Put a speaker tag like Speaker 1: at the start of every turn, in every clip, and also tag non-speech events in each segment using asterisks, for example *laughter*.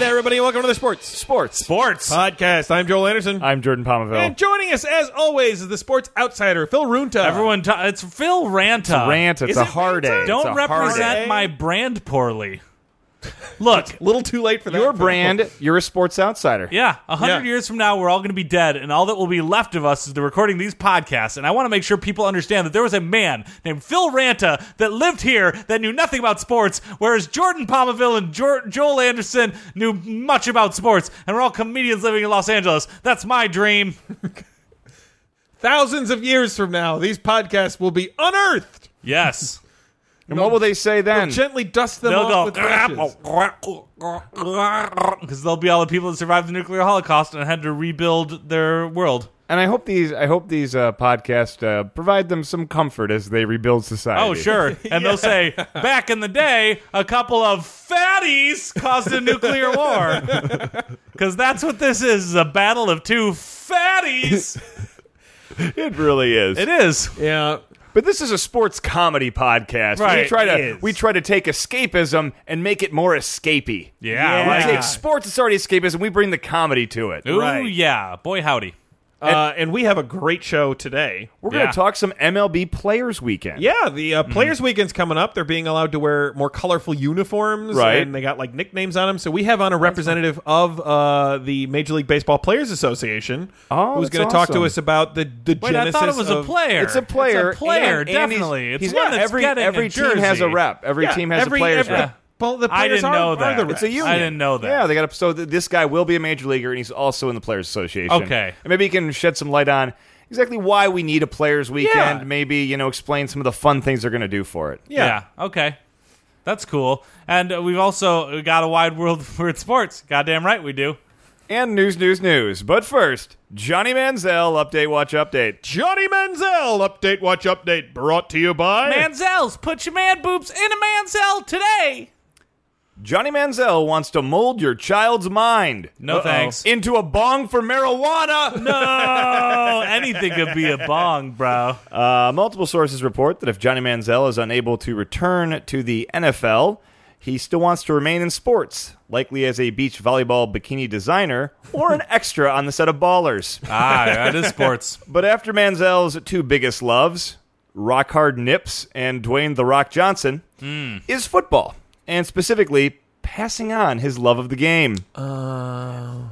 Speaker 1: everybody, welcome to the Sports
Speaker 2: Sports. Sports.
Speaker 1: Podcast. I'm Joel Anderson.
Speaker 2: I'm Jordan Palmaville.
Speaker 1: and joining us, as always, is the sports outsider, Phil Runta.
Speaker 3: Everyone, ta- it's Phil Ranta.
Speaker 2: Rant. It's
Speaker 1: Is
Speaker 2: a
Speaker 1: it
Speaker 2: hard
Speaker 1: Ranta?
Speaker 2: A. It's a
Speaker 3: Don't
Speaker 2: hard
Speaker 3: represent
Speaker 1: A.
Speaker 3: my brand poorly. Look,
Speaker 1: a little too late for
Speaker 2: A.
Speaker 1: that.
Speaker 2: Your brand. You're a sports outsider.
Speaker 3: yeah, a hundred
Speaker 1: Yeah.
Speaker 3: years from now, we're all going to be dead, and all that will be left of us is the recording these podcasts. And I want to make sure people understand that there was a man named Phil Ranta that lived here that knew nothing about sports, whereas Jordan Palmaville and jo- Joel Anderson knew much about sports, and we're all comedians living in Los Angeles. That's my dream.
Speaker 1: Thousands of years from now, these podcasts will be unearthed.
Speaker 3: Yes.
Speaker 2: And what will they say then?
Speaker 1: Gently dust them
Speaker 3: They'll
Speaker 1: off
Speaker 3: go
Speaker 1: with brushes.
Speaker 3: because they'll be all the people that survived the nuclear holocaust and had to rebuild their world.
Speaker 2: And I hope these. I hope these uh, podcasts uh, provide them some comfort as they rebuild society.
Speaker 3: Oh, *laughs* sure. And they'll say, back in the day, a couple of fatties caused a nuclear war. *laughs* Because that's what this is, is a battle of two *laughs* fatties.
Speaker 2: *laughs* It really is.
Speaker 3: It is.
Speaker 1: Yeah.
Speaker 2: But this is a sports comedy podcast.
Speaker 3: Right,
Speaker 2: We try
Speaker 3: it
Speaker 2: to
Speaker 3: is.
Speaker 2: we try to take escapism and make it more escapey.
Speaker 3: Yeah,
Speaker 2: We
Speaker 3: I like
Speaker 2: take
Speaker 3: it.
Speaker 2: sports it's already escapism, we bring the comedy to it.
Speaker 3: Ooh,
Speaker 1: Right.
Speaker 3: yeah. Boy, howdy.
Speaker 1: Uh, and we have a great show today.
Speaker 2: We're
Speaker 3: Yeah.
Speaker 2: gonna talk some MLB players weekend.
Speaker 1: Yeah, the
Speaker 2: Mm-hmm.
Speaker 1: uh, Players Weekend's coming up. They're being allowed to wear more colorful uniforms,
Speaker 2: Right.
Speaker 1: And they got like nicknames on them. So we have on a representative of uh, the Major League Baseball Players Association,
Speaker 2: Oh,
Speaker 1: who's
Speaker 2: that's
Speaker 1: going to talk to
Speaker 2: awesome.
Speaker 1: us about the the
Speaker 3: Wait,
Speaker 1: genesis.
Speaker 3: I thought it was a
Speaker 1: of-
Speaker 3: player.
Speaker 2: It's a player.
Speaker 3: It's a player,
Speaker 2: and- and he's-
Speaker 3: definitely. it's
Speaker 2: he's-
Speaker 3: one
Speaker 2: yeah,
Speaker 3: that's
Speaker 2: every,
Speaker 3: getting
Speaker 2: every
Speaker 3: a
Speaker 2: team has a
Speaker 3: jersey.
Speaker 2: rep. Every
Speaker 1: Yeah,
Speaker 2: team has
Speaker 1: every-
Speaker 2: a players
Speaker 1: every-
Speaker 2: rep.
Speaker 1: well, the
Speaker 3: I
Speaker 1: players
Speaker 3: didn't
Speaker 1: are-
Speaker 3: know
Speaker 1: are
Speaker 3: that.
Speaker 1: the
Speaker 2: It's a
Speaker 1: reps.
Speaker 2: union.
Speaker 3: I didn't know that.
Speaker 2: Yeah, they got up. So th- this guy will be a major leaguer, and he's also in the Players Association.
Speaker 3: Okay.
Speaker 2: and maybe he can shed some light on exactly why we need a Players Weekend.
Speaker 1: Yeah.
Speaker 2: Maybe you know explain some of the fun things they're going to do for it.
Speaker 1: Yeah.
Speaker 3: Yeah. Okay. That's cool. And uh, we've also got a wide world *laughs* for sports. Goddamn right we do.
Speaker 2: And news, news, news. But first, Johnny Manziel update. Watch update.
Speaker 1: Johnny Manziel update. Watch update. Brought to you by
Speaker 3: Manzel's put your man boobs in a Manzel *laughs* today.
Speaker 2: Johnny Manziel wants to mold your child's mind.
Speaker 3: No thanks.
Speaker 2: Into a bong for marijuana.
Speaker 3: No, Oh, anything could be a bong, bro.
Speaker 2: Uh, multiple sources report that if Johnny Manziel is unable to return to the NFL, he still wants to remain in sports, likely as a beach volleyball bikini designer or an extra on the set of Ballers.
Speaker 3: ah, that is sports.
Speaker 2: But after Manziel's two biggest loves, Rock Hard Nips and Dwayne The Rock Johnson, is football, and specifically passing on his love of the game.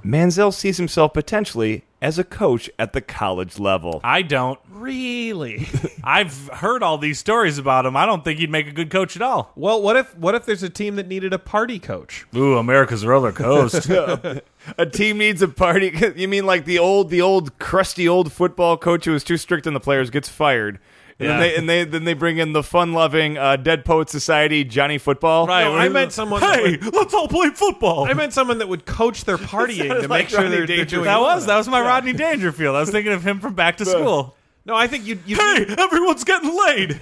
Speaker 2: Manziel sees himself potentially as a coach at the college level.
Speaker 3: I don't.
Speaker 1: really.
Speaker 3: *laughs* I've heard all these stories about him. I don't think he'd make a good coach at all.
Speaker 1: well, what if what if there's a team that needed a party coach?
Speaker 3: Ooh, America's
Speaker 1: *laughs*
Speaker 3: roller coaster.
Speaker 2: A team needs a party. *laughs* You mean like the old, the old crusty old football coach who was too strict on the players gets fired, and
Speaker 3: Yeah.
Speaker 2: then they and they then they bring in the fun-loving uh, Dead Poet Society Johnny Football.
Speaker 3: Right.
Speaker 1: No,
Speaker 3: where
Speaker 1: I
Speaker 3: he-
Speaker 1: meant someone that
Speaker 3: Hey,
Speaker 1: would-
Speaker 3: let's all play football.
Speaker 1: I meant someone that would coach
Speaker 2: *laughs*
Speaker 1: their partying *laughs* to
Speaker 2: like
Speaker 1: make sure
Speaker 2: Rodney
Speaker 1: they're, they're
Speaker 2: Dangerfield.
Speaker 1: doing.
Speaker 3: that
Speaker 1: well
Speaker 3: was that was my Rodney Dangerfield. I was thinking of him from Back to School.
Speaker 1: No, I think you you
Speaker 3: Hey, everyone's getting laid.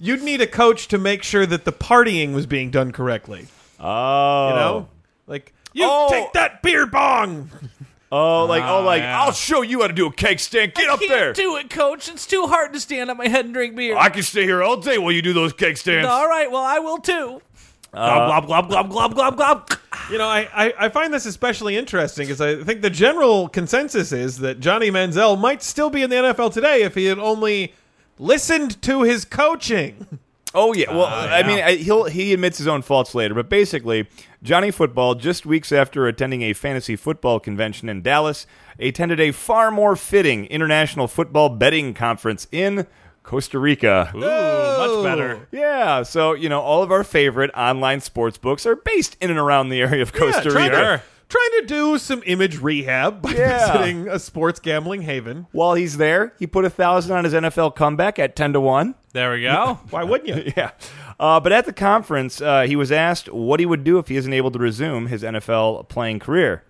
Speaker 1: you'd need a coach to make sure that the partying was being done correctly.
Speaker 2: Oh,
Speaker 1: You know, like you
Speaker 2: Oh.
Speaker 1: take that beer bong.
Speaker 2: oh, like oh, like
Speaker 3: yeah.
Speaker 2: I'll show you how to do a cake stand. Get up
Speaker 4: *laughs*
Speaker 2: there.
Speaker 3: Ah. do it, coach. It's too hard to stand on my head and drink beer.
Speaker 2: I can stay here all day while you do those cake stands.
Speaker 3: right, well, I will too. glob, glob, glob, glob, glob, glob, glob.
Speaker 1: You know, I, I, I find this especially interesting because I think the general consensus is that Johnny Manziel might still be in the NFL today if he had only listened to his coaching.
Speaker 2: Oh yeah. Well, I
Speaker 1: Ah,
Speaker 3: yeah.
Speaker 2: mean, I, he'll he admits his own faults later, but basically, Johnny Football just weeks after attending a fantasy football convention in Dallas, attended a far more fitting international football betting conference in Costa Rica.
Speaker 3: Ooh, much better.
Speaker 2: Yeah, so you know, all of our favorite online sports books are based in and around the area of
Speaker 1: Yeah,
Speaker 2: Costa
Speaker 1: trying,
Speaker 2: Rica.
Speaker 1: to, trying to do some image rehab by
Speaker 2: Yeah.
Speaker 1: visiting a sports gambling haven.
Speaker 2: While he's there, he put a thousand on his NFL comeback at ten to one.
Speaker 3: There we go.
Speaker 1: Why wouldn't you?
Speaker 2: *laughs* Yeah. Uh, but at the conference, uh, he was asked what he would do if he isn't able to resume his NFL playing career.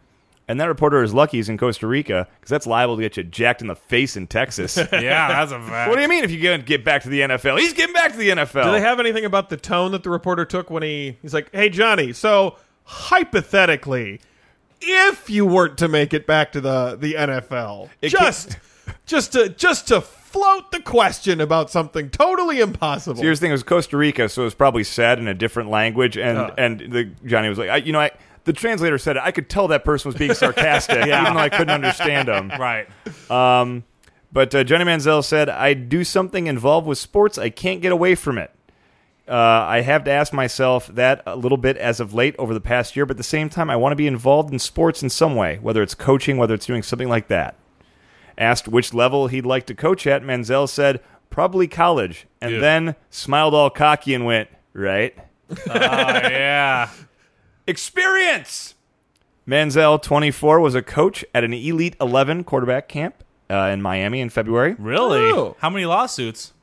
Speaker 2: And that reporter is lucky he's in Costa Rica because that's liable to get you jacked in the face
Speaker 1: *laughs*
Speaker 2: in Texas. what
Speaker 3: *laughs* yeah, that's a fact.
Speaker 2: do you mean if you get, get back to the NFL? He's getting back to the NFL.
Speaker 1: Do they have anything about the tone that the reporter took when he he's like, "Hey Johnny, so hypothetically, if you weren't to make it back to the the NFL,
Speaker 2: It can't-
Speaker 1: just just to just to float the question about something totally impossible."
Speaker 2: Here's the thing: it was Costa Rica, so it was probably said in a different language. And
Speaker 1: Uh.
Speaker 2: and the, Johnny was like, I, you know, I the translator said it. I could tell that person was
Speaker 1: *laughs*
Speaker 2: being sarcastic, even though I couldn't understand him.
Speaker 3: Right.
Speaker 2: But uh, Johnny Manziel said, I do something involved with sports. I can't get away from it. Uh, I have to ask myself that a little bit as of late over the past year, but at the same time, I want to be involved in sports in some way, whether it's coaching, whether it's doing something like that. Asked which level he'd like to coach at, Manziel said, probably college, and
Speaker 3: Yeah.
Speaker 2: then smiled all cocky and went, right?
Speaker 3: Oh, *laughs* yeah.
Speaker 2: experience. Manziel, 24, was a coach at an Elite 11 quarterback camp uh, in Miami in February.
Speaker 3: Really?
Speaker 1: Oh.
Speaker 3: How many lawsuits?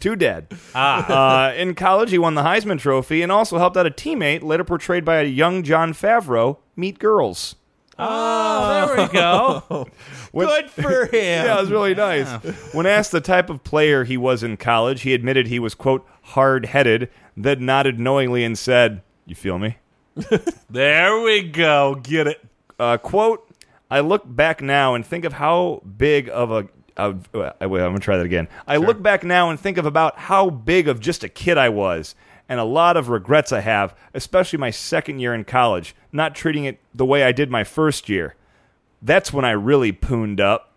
Speaker 2: Too dead. Ah. Uh, in college, he won the Heisman Trophy and also helped out a teammate, later portrayed by a young John Favreau, meet girls.
Speaker 3: Oh, there we go.
Speaker 2: When-
Speaker 1: Good for him.
Speaker 2: *laughs* Yeah, it was really nice. When asked the type of player he was in college, he admitted he was, quote, hard headed, then nodded knowingly and said, You feel me?
Speaker 3: There we go. Get it.
Speaker 2: Uh, quote, I look back now and think of how big of a. Uh, I, wait, I'm going to try that again. I look back now and think of about how big of just a kid I was and a lot of regrets I have, especially my second year in college, not treating it the way I did my first year. That's when I really pooned up.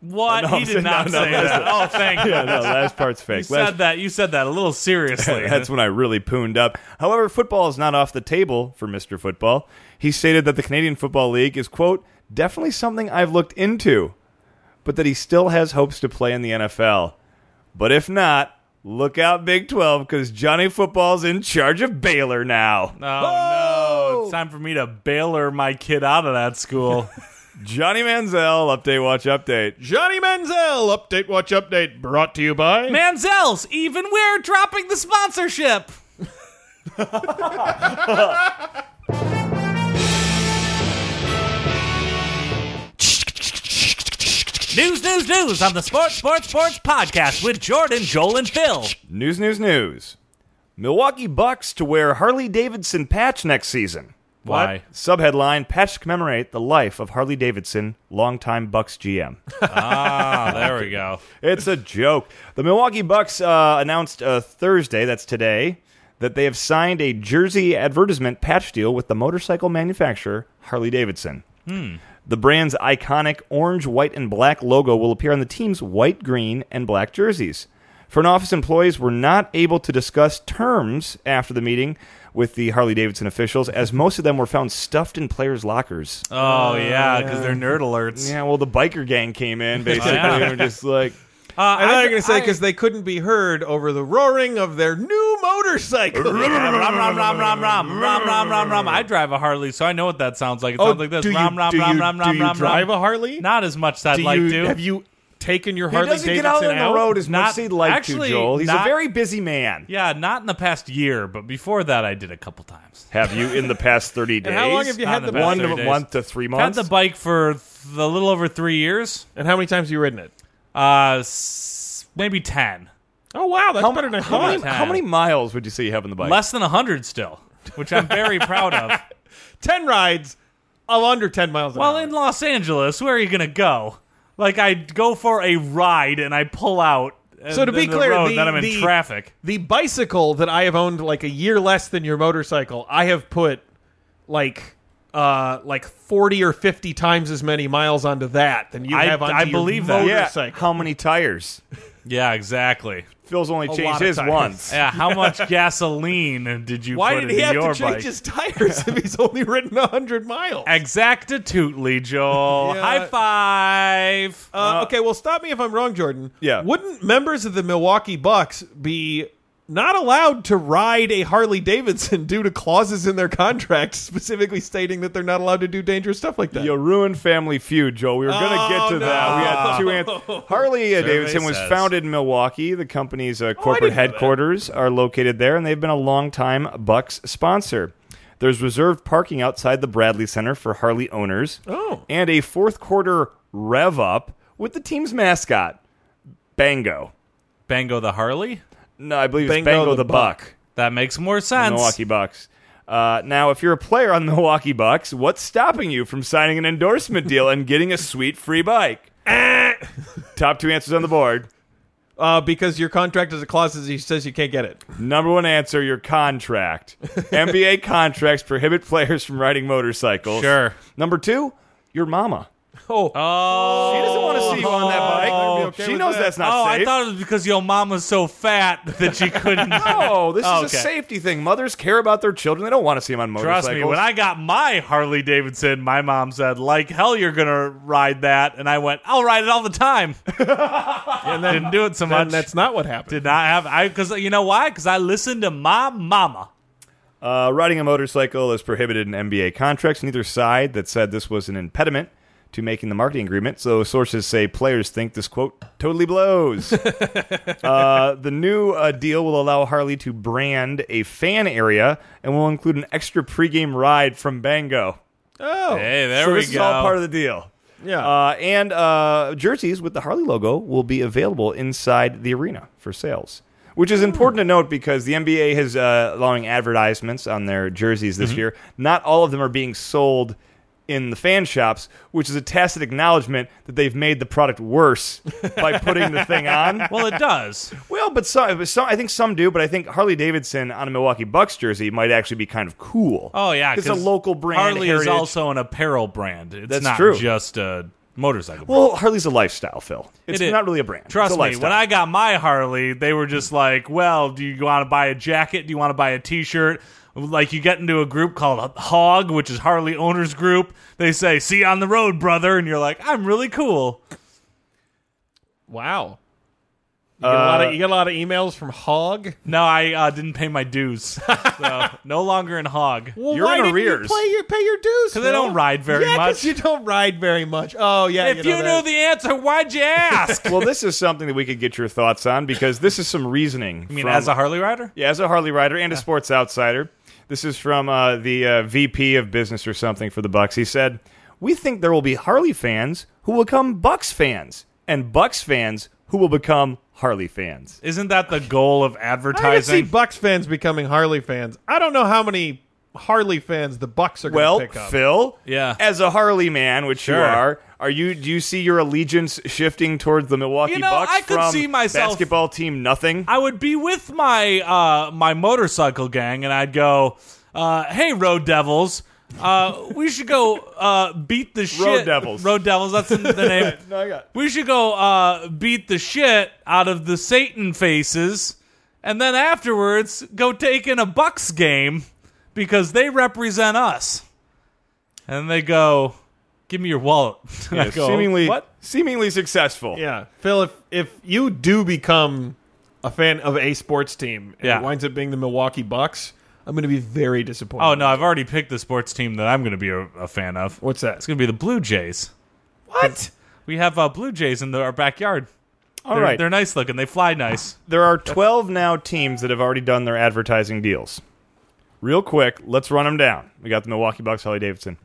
Speaker 3: What?
Speaker 2: No,
Speaker 3: he
Speaker 2: no,
Speaker 3: did not
Speaker 2: no,
Speaker 3: say that. Oh, thank you.
Speaker 2: Yeah, no, last part's *laughs*
Speaker 3: You
Speaker 2: fake. Last
Speaker 3: said that. You said that a little *laughs* seriously.
Speaker 2: That's when I really pooned up. However, football is not off the table for Mr. Football. He stated that the Canadian Football League is, quote, definitely something I've looked into, but that he still has hopes to play in the NFL. But if not, look out, Big 12, because Johnny Football's in charge of Baylor now.
Speaker 3: Oh, no. It's time for me to bailer my kid out of that school.
Speaker 2: Johnny Manziel, update, watch, update.
Speaker 1: Johnny Manziel, update, watch, update, brought to you by.
Speaker 3: Manziel's, even we're dropping the sponsorship. News, news, news on the Sports, Sports, Sports podcast with Jordan, Joel, and Phil.
Speaker 2: News, news, news. Milwaukee Bucks to wear Harley Davidson patch next season.
Speaker 3: Why?
Speaker 2: Subheadline: Patch to commemorate the life of Harley Davidson, longtime Bucks GM.
Speaker 3: Ah, there we go.
Speaker 2: it's a joke. The Milwaukee Bucks uh, announced uh, Thursday, that's today, that they have signed a jersey advertisement patch deal with the motorcycle manufacturer Harley Davidson.
Speaker 3: Hmm.
Speaker 2: The brand's iconic orange, white, and black logo will appear on the team's white, green, and black jerseys. Front office employees were not able to discuss terms after the meeting with the Harley Davidson officials, as most of them were found stuffed in players' lockers.
Speaker 3: Oh, yeah, because they're nerd alerts.
Speaker 2: Yeah, well, the biker gang came in
Speaker 3: *laughs*
Speaker 2: basically
Speaker 3: Yeah.
Speaker 2: and were just like,
Speaker 3: Uh, I,
Speaker 1: I know you're going to say
Speaker 3: I-
Speaker 1: because they couldn't be heard over the roaring of their new
Speaker 2: *laughs*
Speaker 1: motorcycle.
Speaker 3: Ram, ram, ram, ram, ram, ram, ram, ram, ram, ram. I drive a Harley, so I know what that sounds like. It sounds like this.
Speaker 1: Oh, do you,
Speaker 3: Ram, ram,
Speaker 1: do you,
Speaker 3: ram, ram,
Speaker 1: do
Speaker 3: ram,
Speaker 1: you
Speaker 3: ram,
Speaker 1: drive
Speaker 3: ram.
Speaker 1: a Harley?
Speaker 3: Not as much as I'd
Speaker 1: do
Speaker 3: like
Speaker 1: you,
Speaker 3: to.
Speaker 1: Have you taken your
Speaker 2: he
Speaker 1: Harley
Speaker 2: doesn't get out
Speaker 1: Davidson
Speaker 2: on the road as
Speaker 3: Not-
Speaker 2: much as he'd like
Speaker 3: actually,
Speaker 2: to, Joel. He's
Speaker 3: not-
Speaker 2: a very busy man.
Speaker 3: yeah, not in the past year, but before that, I did a couple times.
Speaker 2: Have you in the past 30 days?
Speaker 1: And how long have you
Speaker 3: Not
Speaker 1: had
Speaker 3: in
Speaker 1: the
Speaker 3: the past
Speaker 2: One
Speaker 1: one?
Speaker 3: 30 days.
Speaker 2: month to three
Speaker 3: Had
Speaker 2: months?
Speaker 3: the bike for th- a little over three years.
Speaker 1: And how many times have you ridden it?
Speaker 3: Uh, s- maybe ten.
Speaker 1: Oh wow, that's
Speaker 2: how,
Speaker 1: better than I
Speaker 2: how
Speaker 1: thought.
Speaker 2: many, how many miles would you say you have on the bike?
Speaker 3: Less than hundred still, which I'm very proud
Speaker 2: *laughs*
Speaker 3: of.
Speaker 1: Ten rides of under ten miles. An
Speaker 3: Well,
Speaker 1: hour.
Speaker 3: in Los Angeles, where are you gonna go? Like I go for a ride and I pull out.
Speaker 1: So to
Speaker 3: and-
Speaker 1: be
Speaker 3: and the
Speaker 1: clear,
Speaker 3: road,
Speaker 1: the-
Speaker 3: then I'm in
Speaker 1: the-
Speaker 3: traffic.
Speaker 1: the bicycle that I have owned like a year less than your motorcycle, I have put like uh like 40 or 50 times as many miles onto that than you
Speaker 3: I-
Speaker 1: have onto
Speaker 3: I
Speaker 1: your
Speaker 3: believe that.
Speaker 2: yeah.
Speaker 1: motorcycle.
Speaker 2: How many tires?
Speaker 3: Yeah, exactly.
Speaker 2: Phil's only changed
Speaker 1: lot of
Speaker 2: his
Speaker 1: tires.
Speaker 3: *laughs*
Speaker 2: once.
Speaker 3: Yeah,
Speaker 2: *laughs*
Speaker 3: how much gasoline did you
Speaker 1: Why
Speaker 3: put
Speaker 1: did
Speaker 3: in
Speaker 1: he have
Speaker 3: your
Speaker 1: to change
Speaker 3: bike?
Speaker 1: his tires if he's only ridden 100
Speaker 3: *laughs*
Speaker 1: miles?
Speaker 3: Exactitutely, Joel.
Speaker 1: Yeah.
Speaker 3: High five.
Speaker 1: Uh, okay, well, stop me if I'm wrong, Jordan.
Speaker 2: Yeah.
Speaker 1: Wouldn't members of the Milwaukee Bucks be not allowed to ride a Harley Davidson *laughs* due to clauses in their contract *laughs* specifically stating that they're not allowed to do dangerous stuff like that?
Speaker 2: You ruined Family Feud, Joe. We were going to get to
Speaker 1: Oh,
Speaker 2: that. We had two
Speaker 1: *laughs*
Speaker 2: answers. Harley uh, Davidson was
Speaker 3: says.
Speaker 2: founded in Milwaukee. The company's uh, corporate
Speaker 1: didn't know that.
Speaker 2: headquarters are located there, and they've been a longtime Bucks sponsor. There's reserved parking outside the Bradley Center for Harley owners,
Speaker 1: Oh.
Speaker 2: and a fourth quarter rev up with the team's mascot, Bango.
Speaker 3: Bango the Harley?
Speaker 2: No, I believe it's
Speaker 1: Bango
Speaker 2: Bango
Speaker 1: the
Speaker 2: the, Buck.
Speaker 3: That makes more sense.
Speaker 2: Milwaukee Bucks. Uh, now, if you're a player on the Milwaukee Bucks, what's stopping you from signing
Speaker 3: *laughs*
Speaker 2: an endorsement deal and getting a sweet free bike? Top two answers on the board.
Speaker 1: uh, because your contract has a clause that says you can't get it.
Speaker 2: Number one answer: your contract. NBA contracts prohibit players from riding motorcycles.
Speaker 3: Sure.
Speaker 2: Number two: your mama.
Speaker 1: Oh,
Speaker 3: Oh,
Speaker 2: She doesn't want to see you on that bike.
Speaker 1: I'd be okay
Speaker 2: she
Speaker 1: with
Speaker 2: knows
Speaker 1: that.
Speaker 2: that's not
Speaker 3: Oh,
Speaker 2: safe.
Speaker 3: I thought it was because your mom was so fat that she
Speaker 2: *laughs*
Speaker 3: couldn't.
Speaker 2: No,
Speaker 3: *laughs*
Speaker 2: this
Speaker 3: Oh,
Speaker 2: is
Speaker 3: okay.
Speaker 2: a safety thing. Mothers care about their children. They don't want to see them on motorcycles.
Speaker 3: Trust me, when I got my Harley Davidson, my mom said, "Like hell, you're gonna ride that," and I went, "I'll ride it all the
Speaker 2: *laughs*
Speaker 3: time."
Speaker 1: and then,
Speaker 3: Didn't do it so
Speaker 1: then
Speaker 3: much.
Speaker 1: that's not what happened.
Speaker 3: Did not have I because you know why? Because I listened to my mama.
Speaker 2: Uh, riding a motorcycle is prohibited in NBA contracts. Neither side that said this was an impediment to making the marketing agreement. So sources say players think this quote totally blows. uh, the new uh, deal will allow Harley to brand a fan area and will include an extra pregame ride from Bango.
Speaker 1: oh,
Speaker 3: there
Speaker 2: so this is all part of the deal.
Speaker 1: yeah.
Speaker 2: *laughs* Uh, and uh, jerseys with the Harley logo will be available inside the arena for sales, which is important to note because the NBA is uh, allowing advertisements on their jerseys this
Speaker 3: Mm-hmm.
Speaker 2: year. Not all of them are being sold in the fan shops, which is a tacit acknowledgement that they've made the
Speaker 3: *laughs*
Speaker 2: product worse by putting the thing on.
Speaker 3: well, it does.
Speaker 2: Well, but some, some, I think some do, but I think Harley Davidson on a Milwaukee Bucks jersey might actually be kind of cool.
Speaker 3: Oh yeah,
Speaker 2: it's a
Speaker 3: 'cause
Speaker 2: local brand.
Speaker 3: Harley is
Speaker 2: heritage.
Speaker 3: also an apparel brand. It's
Speaker 2: That's
Speaker 3: not
Speaker 2: true.
Speaker 3: just a motorcycle. brand.
Speaker 2: well, Harley's a lifestyle, Phil. It's
Speaker 3: It is.
Speaker 2: not really a brand. It's
Speaker 3: Trust
Speaker 2: a
Speaker 3: me, when
Speaker 2: lifestyle.
Speaker 3: I got my Harley, they were just like, "Well, do you want to buy a jacket? Do you want to buy a T-shirt?" Like you get into a group called Hog, which is Harley owners group. They say, "See you on the road, brother," and you're like, "I'm really cool."
Speaker 1: wow. You get, a lot of, you get a lot of emails from Hog.
Speaker 3: No, I uh, didn't pay my dues,
Speaker 2: *laughs*
Speaker 3: so no longer in Hog.
Speaker 1: Well,
Speaker 2: You're
Speaker 1: why
Speaker 2: in
Speaker 1: didn't
Speaker 2: arrears.
Speaker 1: You play your pay your dues
Speaker 3: they don't
Speaker 1: Phil?
Speaker 3: ride very
Speaker 1: yeah, 'cause
Speaker 3: much.
Speaker 1: You don't ride very much. Oh yeah.
Speaker 3: If you,
Speaker 1: know
Speaker 3: knew
Speaker 1: that.
Speaker 3: the answer, why'd you
Speaker 2: *laughs*
Speaker 3: ask?
Speaker 2: well, this is something that we could get your thoughts on because this is some reasoning.
Speaker 3: I mean, as a Harley rider,
Speaker 2: yeah, as a Harley rider and a sports outsider, this is from uh, the uh, VP of business or something for the Bucks. He said, "We think there will be Harley fans who will become Bucks fans, and Bucks fans who will become Harley fans."
Speaker 3: isn't that the goal of
Speaker 1: I could see
Speaker 3: advertising?
Speaker 1: Bucks fans becoming Harley fans. I don't know how many Harley fans the Bucks are going to
Speaker 2: Well,
Speaker 1: pick up.
Speaker 2: Phil,
Speaker 3: Yeah.
Speaker 2: as a Harley man, which you
Speaker 3: Sure.
Speaker 2: are, are you? Do you see your allegiance shifting towards the Milwaukee
Speaker 3: You know,
Speaker 2: Bucks
Speaker 3: I could
Speaker 2: from
Speaker 3: see myself-
Speaker 2: basketball team? Nothing.
Speaker 3: I would be with my uh, my motorcycle gang, and I'd go, uh, "Hey, Road Devils, uh, we should go uh, beat the shit."
Speaker 2: Devils.
Speaker 3: Road Devils.
Speaker 2: *laughs*
Speaker 3: That's the name.
Speaker 2: No, I got-
Speaker 3: We should go uh, beat the shit out of the Satan faces, and then afterwards go take in a Bucks game because they represent us. And they go, "Give me your wallet." *laughs* And I
Speaker 2: Yeah,
Speaker 3: go,
Speaker 2: seemingly,
Speaker 3: "What?"
Speaker 2: seemingly successful.
Speaker 1: Yeah, Phil. If if you do become a fan of a sports team, and
Speaker 3: Yeah.
Speaker 1: it winds up being the Milwaukee Bucks, I'm going to be very disappointed.
Speaker 3: Oh no, I've already picked the sports team that I'm going to be a, a fan of.
Speaker 1: What's that?
Speaker 3: It's going to be the Blue Jays.
Speaker 1: What?
Speaker 3: We have uh, Blue Jays in the, our backyard.
Speaker 2: All
Speaker 3: they're,
Speaker 2: right.
Speaker 3: they're nice looking. They fly nice.
Speaker 2: There are 12 now teams that have already done their advertising deals. Real quick, let's run them down. We got the Milwaukee Bucks, Harley Davidson.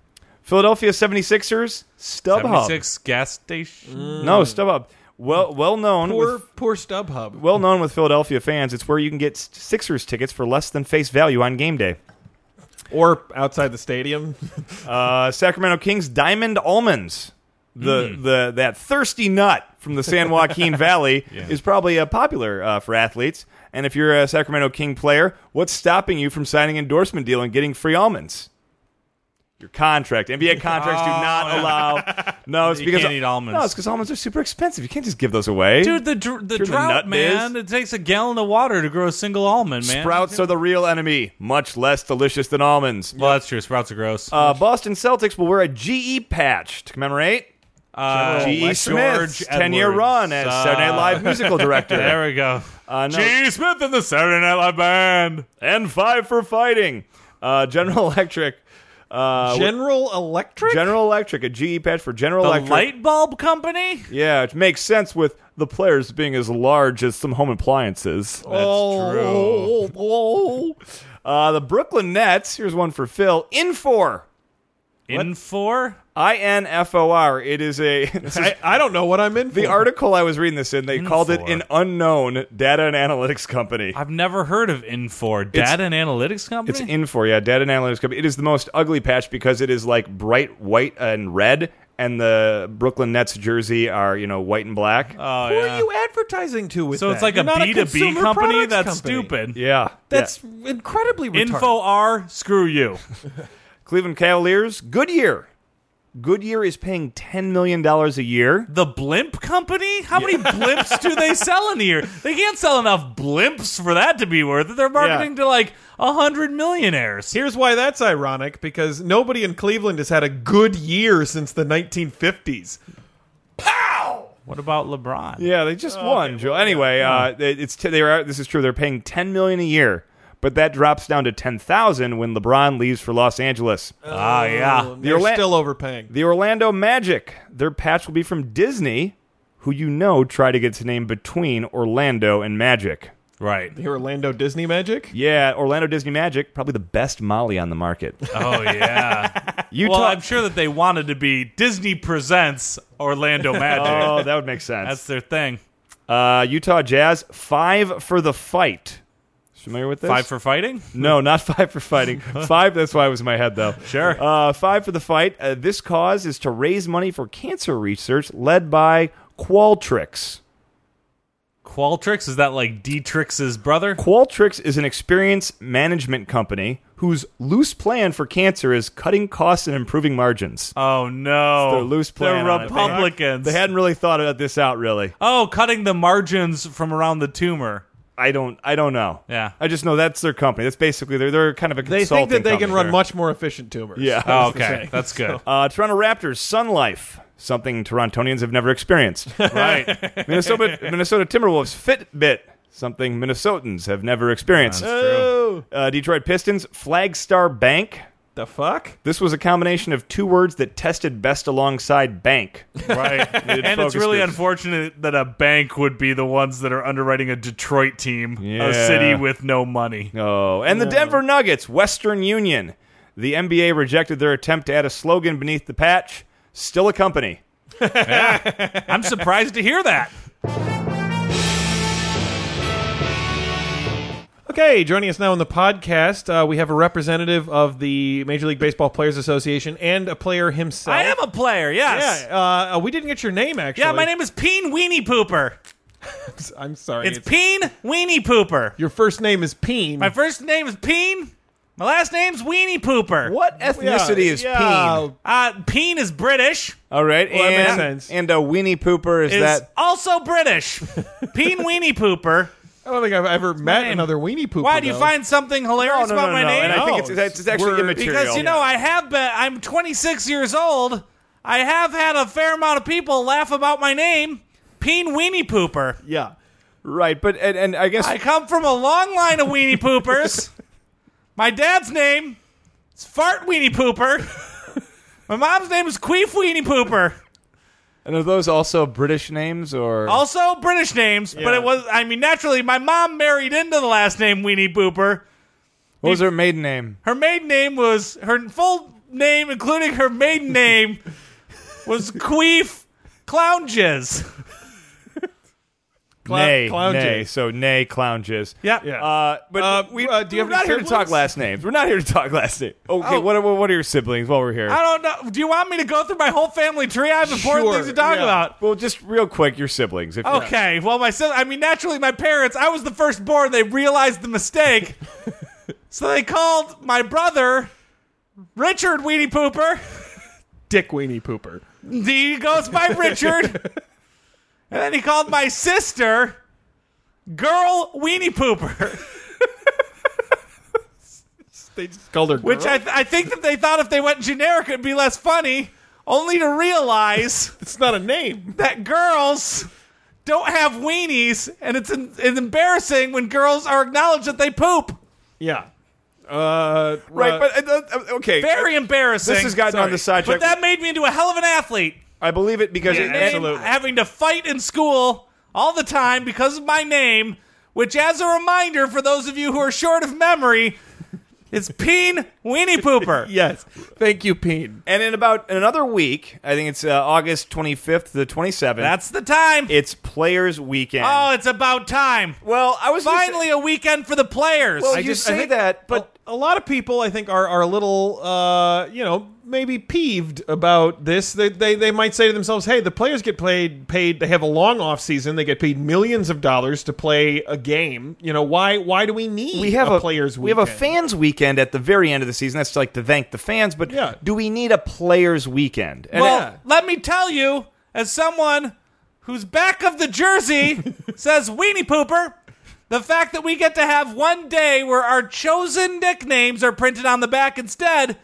Speaker 2: Philadelphia 76ers, StubHub.
Speaker 3: 76 gas station.
Speaker 2: No, StubHub. Well, well known
Speaker 1: Poor
Speaker 2: with,
Speaker 1: poor StubHub.
Speaker 2: well known with Philadelphia fans, it's where you can get S- Sixers tickets for less than face value on game day.
Speaker 1: Or outside the stadium.
Speaker 2: Uh, Sacramento Kings Diamond Almonds. The,
Speaker 3: Hmm.
Speaker 2: the that thirsty nut from the
Speaker 3: *laughs*
Speaker 2: San Joaquin Valley is probably uh, popular uh, for athletes. And if you're a Sacramento King player, what's stopping you from signing an endorsement deal and getting free almonds? Your contract.
Speaker 3: *laughs*
Speaker 2: NBA contracts do not allow. No, it's
Speaker 3: Oh. You
Speaker 2: because
Speaker 3: can't eat almonds.
Speaker 2: No, it's because almonds are super expensive. You can't just give those away.
Speaker 3: Dude, the dr- the
Speaker 2: the
Speaker 3: drought,
Speaker 2: nut
Speaker 3: man.
Speaker 2: biz.
Speaker 3: It takes a gallon of water to grow a single almond, man.
Speaker 2: Sprouts are the real enemy. Much less delicious than almonds.
Speaker 3: Well, that's true. Sprouts are gross.
Speaker 2: Uh, Boston Celtics will wear a GE patch to commemorate
Speaker 3: Uh,
Speaker 2: G.E.
Speaker 3: George
Speaker 2: Smith's 10 year
Speaker 3: Edwards.
Speaker 2: run as Saturday Night *laughs* Live musical director.
Speaker 3: There we go.
Speaker 2: Uh, no.
Speaker 3: G. Smith and the Saturday Night Live Band.
Speaker 2: and five for fighting. Uh, General Electric. Uh,
Speaker 1: *laughs* General Electric.
Speaker 2: General Electric, a GE patch for General
Speaker 3: The
Speaker 2: Electric.
Speaker 3: light bulb company?
Speaker 2: Yeah, it makes sense with the players being as large as some home appliances.
Speaker 1: oh,
Speaker 2: Oh. Uh, the Brooklyn Nets, here's one for Phil. Infor.
Speaker 3: In four?
Speaker 2: I N F O R. It is a. this is-
Speaker 1: I, I don't know what I'm in for.
Speaker 2: the article I was reading this in, they called it
Speaker 3: Infor.
Speaker 2: an unknown data and analytics company.
Speaker 3: I've never heard of Infor. Data and analytics company?
Speaker 2: It's in for yeah, data and analytics company. It is the most ugly patch because it is like bright white and red, and the Brooklyn Nets jersey are you know white and black.
Speaker 4: Oh,
Speaker 1: Who
Speaker 4: yeah.
Speaker 1: are you advertising to with
Speaker 4: so it's
Speaker 1: that?
Speaker 4: like
Speaker 1: You're
Speaker 4: a
Speaker 1: not
Speaker 4: B two B
Speaker 1: consumer
Speaker 4: company.
Speaker 1: products
Speaker 4: That's
Speaker 1: company.
Speaker 4: stupid.
Speaker 2: yeah,
Speaker 1: That's incredibly retarded.
Speaker 4: Info R, screw you.
Speaker 2: Yeah. Cleveland Cavaliers. Goodyear. Goodyear is paying ten million dollars a year.
Speaker 4: The blimp company? How many blimps do
Speaker 2: *laughs*
Speaker 4: they sell in a year? They can't sell enough blimps for that to be worth it. They're marketing to like a hundred millionaires.
Speaker 1: Here's why that's ironic because nobody in Cleveland has had a good year since the 1950s.
Speaker 4: What about LeBron?
Speaker 2: Yeah, they just won, Joe. Anyway, uh, they- it's t- they are. This is true. They're paying ten million a year, but that drops down to ten thousand when LeBron leaves for Los Angeles.
Speaker 4: Ah, yeah.
Speaker 1: Um, They're
Speaker 2: Orla-
Speaker 1: still overpaying.
Speaker 2: The Orlando Magic. Their patch will be from Disney, who you know try to get to name between Orlando and Magic.
Speaker 4: Right.
Speaker 1: The Orlando Disney Magic.
Speaker 2: Yeah, Orlando Disney Magic, probably the best Molly on the
Speaker 4: *laughs*
Speaker 2: market.
Speaker 4: Oh yeah.
Speaker 2: *laughs* You
Speaker 4: well,
Speaker 2: talk-
Speaker 4: I'm sure that they wanted to be Disney presents Orlando
Speaker 2: *laughs*
Speaker 4: Magic.
Speaker 2: Oh, that would make
Speaker 4: That's
Speaker 2: sense.
Speaker 4: their thing.
Speaker 2: Uh, Utah Jazz, five for the fight. Familiar with this?
Speaker 4: Five for fighting.
Speaker 2: No, not *laughs* five for
Speaker 4: *laughs*
Speaker 2: fighting. five, that's why it was in my head, though.
Speaker 4: Sure.
Speaker 2: Uh, five for the fight. Uh, this cause is to raise money for cancer research led by Qualtrics.
Speaker 4: Qualtrics is that like Dietrich's brother?
Speaker 2: Qualtrics is an experience management company whose loose plan for cancer is cutting costs and improving margins.
Speaker 4: Oh no.
Speaker 2: It's their loose plan
Speaker 4: They're
Speaker 2: on it. They-
Speaker 4: Republicans.
Speaker 2: They hadn't really thought of this out, really.
Speaker 4: oh, cutting the margins from around the tumor.
Speaker 2: I don't. I don't know.
Speaker 4: Yeah.
Speaker 2: I just know that's their company. That's basically they're they're kind of a
Speaker 1: They
Speaker 2: consulting.
Speaker 1: think that they can
Speaker 2: company.
Speaker 1: run much more efficient tumors.
Speaker 2: Yeah.
Speaker 4: Oh,
Speaker 1: was gonna
Speaker 4: okay. *laughs*
Speaker 1: say.
Speaker 4: That's good.
Speaker 2: Uh, Toronto Raptors Sun Life, something Torontonians have
Speaker 1: *laughs*
Speaker 2: never experienced.
Speaker 4: right.
Speaker 2: Minnesota Minnesota Timberwolves Fitbit, something Minnesotans have never experienced.
Speaker 1: Oh,
Speaker 2: Uh, Detroit Pistons Flagstar Bank.
Speaker 1: the fuck!
Speaker 2: This was a combination of two words that tested best alongside bank.
Speaker 4: Right. *laughs* and it's
Speaker 2: focus
Speaker 4: really
Speaker 2: groups.
Speaker 4: unfortunate that a bank would be the ones that are underwriting a Detroit team,
Speaker 2: Yeah.
Speaker 4: a city with no money.
Speaker 2: Oh, and the Denver Nuggets Western Union. The NBA rejected their attempt to add a slogan beneath the patch. Still a company.
Speaker 4: I'm surprised to hear that.
Speaker 1: Okay, joining us now on the podcast, uh, we have a representative of the Major League Baseball Players Association and a player himself.
Speaker 4: I am a player, yes.
Speaker 1: Yeah, uh, uh, we didn't get your name actually.
Speaker 4: Yeah, my name is Peen Weenie Pooper.
Speaker 1: I'm sorry.
Speaker 4: It's Peen Weenie Pooper.
Speaker 1: your first name is Peen.
Speaker 4: My first name is Peen. My last name's Weenie Pooper.
Speaker 2: What ethnicity is Peen?
Speaker 4: Uh, Peen is British.
Speaker 2: All right,
Speaker 1: that
Speaker 2: and,
Speaker 1: makes sense.
Speaker 2: and a Winnie Pooper is,
Speaker 4: Is
Speaker 2: that? *laughs*
Speaker 4: also British. Peen Weenie Pooper.
Speaker 1: I don't think I've ever met
Speaker 4: name.
Speaker 1: another weenie pooper.
Speaker 4: Why do you
Speaker 1: though.
Speaker 4: find something hilarious about my name?
Speaker 2: And I
Speaker 1: No,
Speaker 2: think it's, it's, it's actually
Speaker 1: we're-
Speaker 2: immaterial.
Speaker 4: Because you know, I have been. I'm 26 years old. I have had a fair amount of people laugh about my name, Peen Weenie Pooper.
Speaker 1: Yeah.
Speaker 2: right? But and, and I guess
Speaker 4: I come from a long line of
Speaker 1: *laughs*
Speaker 4: weenie poopers. My dad's name is Fart Weenie Pooper. My mom's name is Queef Weenie Pooper.
Speaker 2: and are those also British names or?
Speaker 4: Also British names, but
Speaker 1: Yeah.
Speaker 4: it was I mean naturally my mom married into the last name Weenie Pooper.
Speaker 2: what was their maiden name?
Speaker 4: Her maiden name was her full name including her
Speaker 1: *laughs*
Speaker 4: maiden name was Queef Clown Jizz.
Speaker 1: Clown-
Speaker 2: nay,
Speaker 1: Clown
Speaker 2: nay.
Speaker 1: Jizz.
Speaker 2: So nay, clownjizz.
Speaker 4: Yeah.
Speaker 1: Yeah.
Speaker 2: Uh, but
Speaker 1: Uh,
Speaker 2: we,
Speaker 1: uh, do you
Speaker 2: we're
Speaker 1: have any
Speaker 2: not here to talk
Speaker 1: siblings?
Speaker 2: last names. We're not here to talk last names. Okay, what, are, what are your siblings while we're here?
Speaker 4: I don't know. Do you want me to go through my whole family tree? I have important
Speaker 1: Sure,
Speaker 4: things to talk
Speaker 1: yeah.
Speaker 4: about.
Speaker 2: well, just real quick, your siblings. If you
Speaker 4: Okay. Well, my sis- I mean, naturally, my parents. I was the firstborn. They realized the mistake, so they called my brother Richard Weenie Pooper.
Speaker 1: Dick weenie pooper.
Speaker 4: He goes by Richard, and then he called my sister Girl Weenie Pooper,
Speaker 1: They just called her.
Speaker 4: which I, th- I think that they thought if they went generic, it'd be less funny. Only to realize
Speaker 1: it's not a name.
Speaker 4: that girls don't have weenies, and it's, en- it's embarrassing when girls are acknowledged that they poop.
Speaker 1: Yeah. Uh,
Speaker 2: right, but uh, uh, okay.
Speaker 4: Very embarrassing.
Speaker 2: this has gotten on the
Speaker 4: But
Speaker 2: sidetrack.
Speaker 4: that made me into a hell of an athlete.
Speaker 2: I believe it because
Speaker 1: Yeah,
Speaker 2: it,
Speaker 1: absolutely.
Speaker 4: And having to fight in school all the time because of my name, which, as a reminder for those of you who are short of memory, is Peen
Speaker 2: *laughs*
Speaker 4: Weenie Pooper.
Speaker 1: Yes. Thank you, Peen.
Speaker 2: And in about another week, I think it's uh, August 25th to 27th.
Speaker 4: That's the time.
Speaker 2: it's Players Weekend.
Speaker 4: oh, it's about time.
Speaker 2: well, I was gonna say-
Speaker 4: Finally, a weekend for the players.
Speaker 2: well,
Speaker 4: I
Speaker 2: you
Speaker 4: just-
Speaker 2: say that, but
Speaker 1: But a lot of people, I think, are, are a little, uh, you know, maybe peeved about this. They, they they might say to themselves, "Hey, the players get played paid. They have a long off season. They get paid millions of dollars to play a game. You know why? Why do we need
Speaker 2: we have
Speaker 1: a, players
Speaker 2: we have a
Speaker 1: weekend?
Speaker 2: fans weekend at the very end of the season. That's like to thank the fans, but
Speaker 1: Yeah.
Speaker 2: do we need a players weekend? And
Speaker 4: Well,
Speaker 1: Yeah.
Speaker 4: let me tell you, as someone whose back of the jersey says Weenie Pooper, the fact that we get to have one day where our chosen nicknames are printed on the back instead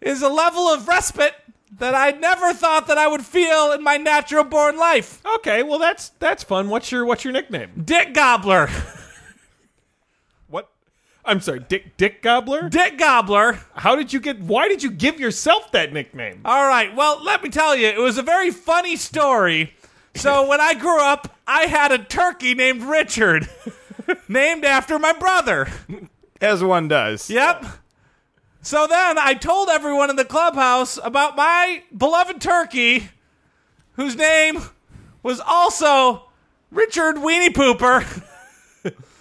Speaker 4: is a level of respite that I never thought that I would feel in my natural born life.
Speaker 1: Okay, well that's that's fun. What's your what's your nickname?
Speaker 4: Dick Gobbler.
Speaker 1: What? I'm sorry, Dick Dick Gobbler.
Speaker 4: Dick Gobbler.
Speaker 1: How did you get? Why did you give yourself that nickname?
Speaker 4: All right. Well, let me tell you, it was a very funny story. So when I grew up, I had a turkey named Richard, named after my brother.
Speaker 2: as one does.
Speaker 4: Yep. So then I told everyone in the clubhouse about my beloved turkey, whose name was also Richard Weenie Pooper.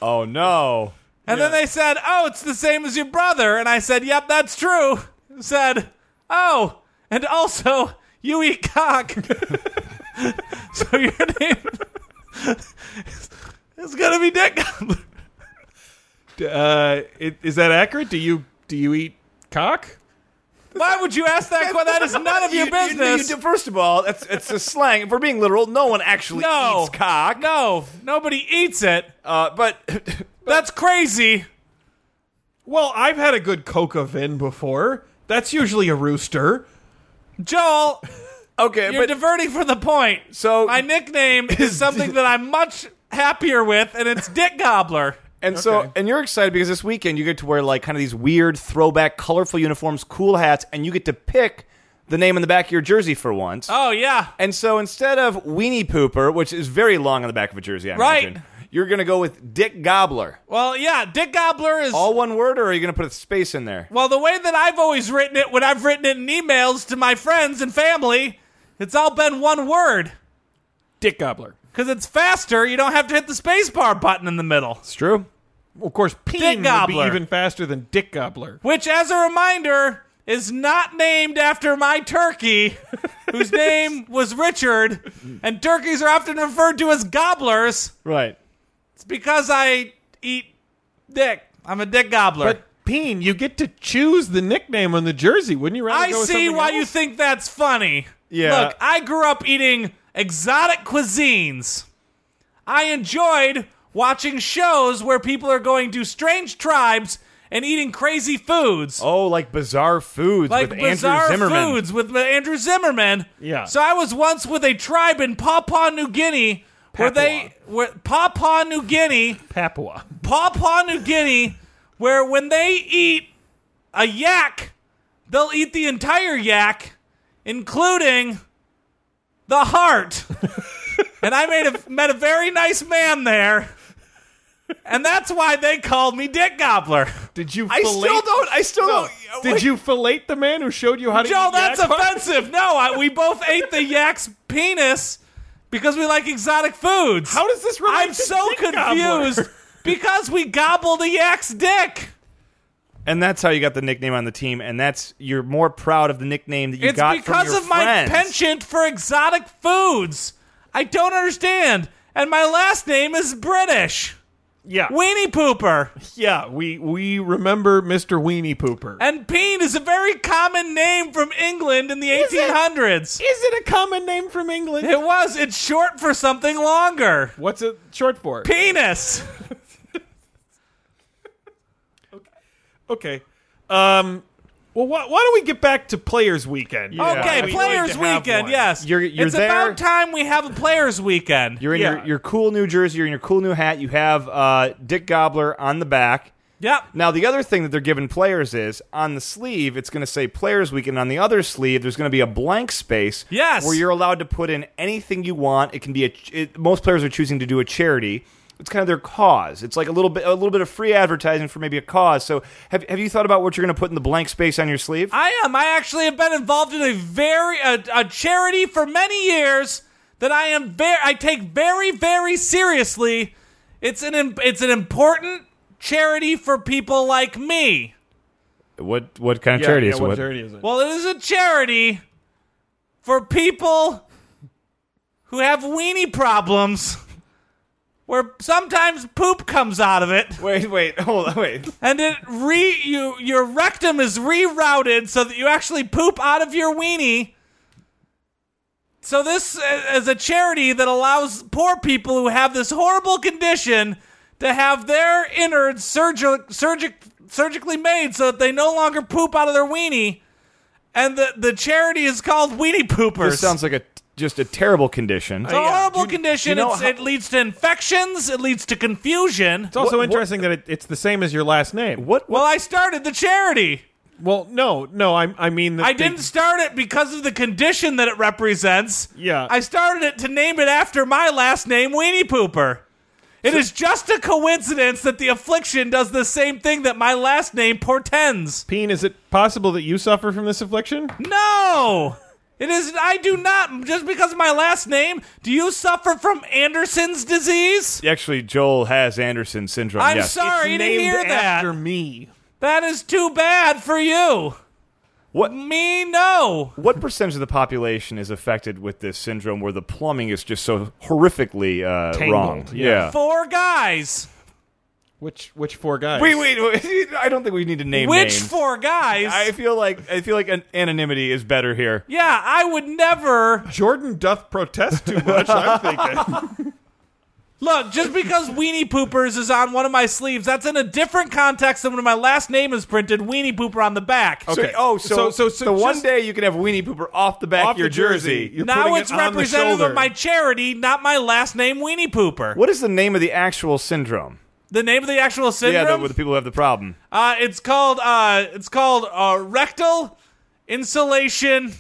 Speaker 2: Oh no.
Speaker 4: And then they said, Oh, it's the same as your brother. And I said, Yep, that's true. Said, Oh, and also, you eat cock. *laughs* so your name is going to be Dick Gobbler.
Speaker 1: Uh, i- is that accurate? Do you do you eat cock?
Speaker 4: Why would you ask that question? That is none of your
Speaker 2: You- you- you
Speaker 4: business.
Speaker 2: do- first of all, that's it's a slang. If we're being literal, no one actually
Speaker 4: No.
Speaker 2: eats cock.
Speaker 4: No, nobody eats it.
Speaker 2: Uh, but *laughs*
Speaker 4: That's crazy.
Speaker 1: Well, I've had a good coca vin before. That's usually a rooster.
Speaker 2: *laughs*
Speaker 4: Joel,
Speaker 2: okay,
Speaker 4: you're
Speaker 2: but
Speaker 4: diverting from the point.
Speaker 2: so *laughs*
Speaker 4: My nickname is something that I'm much happier with, and it's Dick Gobbler.
Speaker 2: and so
Speaker 1: Okay.
Speaker 2: and you're excited because this weekend you get to wear like kind of these weird throwback, colorful uniforms, cool hats, and you get to pick the name in the back of your jersey for once.
Speaker 4: Oh, yeah.
Speaker 2: And so instead of Weenie Pooper, which is very long on the back of a jersey, I
Speaker 4: Right.
Speaker 2: imagine, you're going to go with Dick Gobbler.
Speaker 4: Well, yeah, Dick Gobbler is.
Speaker 2: All one word, or are you going to put a space in there?
Speaker 4: well, the way that I've always written it when I've written it in emails to my friends and family, it's all been one word.
Speaker 1: Dick gobbler.
Speaker 4: Because it's faster, you don't have to hit the spacebar button in the middle.
Speaker 2: It's true.
Speaker 1: Of course, peen would be
Speaker 4: Gobbler.
Speaker 1: even faster than Dick Gobbler.
Speaker 4: Which, as a reminder, is not named after
Speaker 1: *laughs*
Speaker 4: my turkey, whose name was Richard, and turkeys are often referred to as gobblers.
Speaker 2: Right.
Speaker 4: It's because I eat dick. I'm a dick gobbler.
Speaker 1: But Peen, you get to choose the nickname on the jersey, wouldn't you? Rather
Speaker 4: I
Speaker 1: go with
Speaker 4: see
Speaker 1: something
Speaker 4: why
Speaker 1: else?
Speaker 4: you think that's funny.
Speaker 2: Yeah.
Speaker 4: Look, I grew up eating exotic cuisines. I enjoyed watching shows where people are going to strange tribes and eating crazy foods.
Speaker 2: Oh, like bizarre foods
Speaker 4: like
Speaker 2: with
Speaker 4: bizarre
Speaker 2: Andrew Zimmerman.
Speaker 4: foods with Andrew Zimmerman.
Speaker 1: Yeah.
Speaker 4: So I was once with a tribe in Papua New Guinea where they where Papua New Guinea
Speaker 1: Papua.
Speaker 4: Papua New Guinea, where when they eat a yak, they'll eat the entire yak, including the
Speaker 2: *laughs*
Speaker 4: heart. and I made a, met a very nice man there. And that's why they called me Dick Gobbler.
Speaker 1: Did you?
Speaker 2: I
Speaker 1: fillet-
Speaker 2: still don't. I still
Speaker 1: No.
Speaker 2: don't.
Speaker 1: Did you fillet the man who showed you how to?
Speaker 4: Joel,
Speaker 1: eat
Speaker 4: that's
Speaker 1: yak parts?
Speaker 4: offensive. No, I,
Speaker 1: *laughs*
Speaker 4: we both ate the yak's penis because we like exotic foods.
Speaker 1: How does this relate?
Speaker 4: I'm
Speaker 1: to
Speaker 4: so
Speaker 1: Dick Gobbler?
Speaker 4: confused
Speaker 1: *laughs*
Speaker 4: because we gobbled a yak's dick.
Speaker 2: And that's how you got the nickname on the team, and that's you're more proud of the nickname that you
Speaker 4: It's
Speaker 2: got
Speaker 4: because
Speaker 2: from your
Speaker 4: of my
Speaker 2: friends.
Speaker 4: penchant for exotic foods. I don't understand. And my last name is British.
Speaker 1: Yeah,
Speaker 4: Weenie Pooper.
Speaker 1: yeah. We we remember Mr. Weenie Pooper.
Speaker 4: And Peen is a very common name from England in the
Speaker 1: Is it?
Speaker 4: 1800s.
Speaker 1: Is it a common name from England?
Speaker 4: It was. It's short for something longer.
Speaker 1: What's it short for?
Speaker 4: Penis.
Speaker 1: okay. Um. Well, why, why don't we get back to Players Weekend?
Speaker 2: Yeah.
Speaker 4: Okay,
Speaker 2: I mean,
Speaker 4: Players
Speaker 1: to have
Speaker 4: Weekend.
Speaker 1: one.
Speaker 4: Yes,
Speaker 2: You're- you're
Speaker 4: it's
Speaker 2: there.
Speaker 4: about time we have a Players Weekend.
Speaker 2: You're in
Speaker 1: Yeah.
Speaker 2: your, your cool new jersey. You're in your cool new hat. You have uh, Dick Gobbler on the back.
Speaker 4: yep.
Speaker 2: Now, the other thing that they're giving players is on the sleeve, it's going to say Players Week, and on the other sleeve, there's going to be a blank space.
Speaker 4: Yes.
Speaker 2: Where you're allowed to put in anything you want. It can be a. It, most players are choosing to do a charity. it's kind of their cause. It's like a little bit a little bit of free advertising for maybe a cause. So have have you thought about what you're going to put in the blank space on your sleeve?
Speaker 4: I am. I actually have been involved in a very a, a charity for many years that I am very I take very very seriously. It's an im- it's an important charity for people like me.
Speaker 2: what what kind of
Speaker 1: Yeah,
Speaker 2: charity
Speaker 1: yeah,
Speaker 2: is it?
Speaker 1: what
Speaker 2: What-
Speaker 1: charity is it?
Speaker 4: Well, it is a charity for people who have weenie problems where sometimes poop comes out of it
Speaker 2: Wait, wait, hold on, wait.
Speaker 4: and it re you your rectum is rerouted so that you actually poop out of your weenie. So this i- is a charity that allows poor people who have this horrible condition to have their innards surgi- surgic- surgically made so that they no longer poop out of their weenie. And the, the charity is called Weenie Poopers.
Speaker 2: This sounds like a just a terrible condition.
Speaker 4: it's a
Speaker 1: yeah. Do
Speaker 4: horrible
Speaker 1: you- do you
Speaker 4: condition.
Speaker 1: know
Speaker 4: It's-
Speaker 1: how-
Speaker 4: it leads to infections. It leads to confusion.
Speaker 1: it's also
Speaker 2: what-
Speaker 1: interesting that it, it's the same as your last name.
Speaker 2: What
Speaker 4: Well, I started the charity.
Speaker 1: Well, no, no, I, I mean, that
Speaker 4: I
Speaker 1: the-
Speaker 4: didn't start it because of the condition that it represents.
Speaker 1: Yeah.
Speaker 4: I started it to name it after my last name, Weenie Pooper. It is just a coincidence that the affliction does the same thing that my last name portends.
Speaker 1: Peen, is it possible that you suffer from this affliction?
Speaker 4: No! It is, I do not, just because of my last name, do you suffer from Anderson's disease?
Speaker 2: actually Joel has Anderson syndrome.
Speaker 4: I'm
Speaker 2: yes.
Speaker 4: sorry, you didn't hear that.
Speaker 1: after me.
Speaker 4: That is too bad for you.
Speaker 2: What-
Speaker 4: Me, no.
Speaker 2: What percentage of the population is affected with this syndrome where the plumbing is just so horrifically uh,
Speaker 1: Tangled,
Speaker 2: wrong?
Speaker 1: yeah.
Speaker 4: Four guys.
Speaker 1: Which which four guys?
Speaker 2: Wait, wait, wait. *laughs* I don't think we need to name
Speaker 4: Which
Speaker 2: names.
Speaker 4: four guys?
Speaker 2: I feel like I feel like an anonymity is better here.
Speaker 4: Yeah, I would never
Speaker 1: Jordan doth protest too
Speaker 4: *laughs*
Speaker 1: much. I'm thinking.
Speaker 4: look just because Weenie Poopers is on one of my sleeves. That's in a different context than when my last name is printed. Weenie Pooper on the back.
Speaker 2: So-
Speaker 1: Okay.
Speaker 2: oh, so
Speaker 1: So- so- so
Speaker 2: the one
Speaker 1: just-
Speaker 2: day you can have Weenie Pooper off the back
Speaker 1: Off
Speaker 2: of your
Speaker 1: the jersey. You're
Speaker 4: now
Speaker 1: putting
Speaker 4: it's
Speaker 1: it on the
Speaker 4: representative of
Speaker 1: shoulder.
Speaker 4: my charity, not my last name, Weenie Pooper.
Speaker 2: What is the name of the actual syndrome?
Speaker 4: The name of the actual syndrome?
Speaker 2: Yeah, the, with the people who have the problem.
Speaker 4: uh, it's called uh, it's called uh, rectal insulation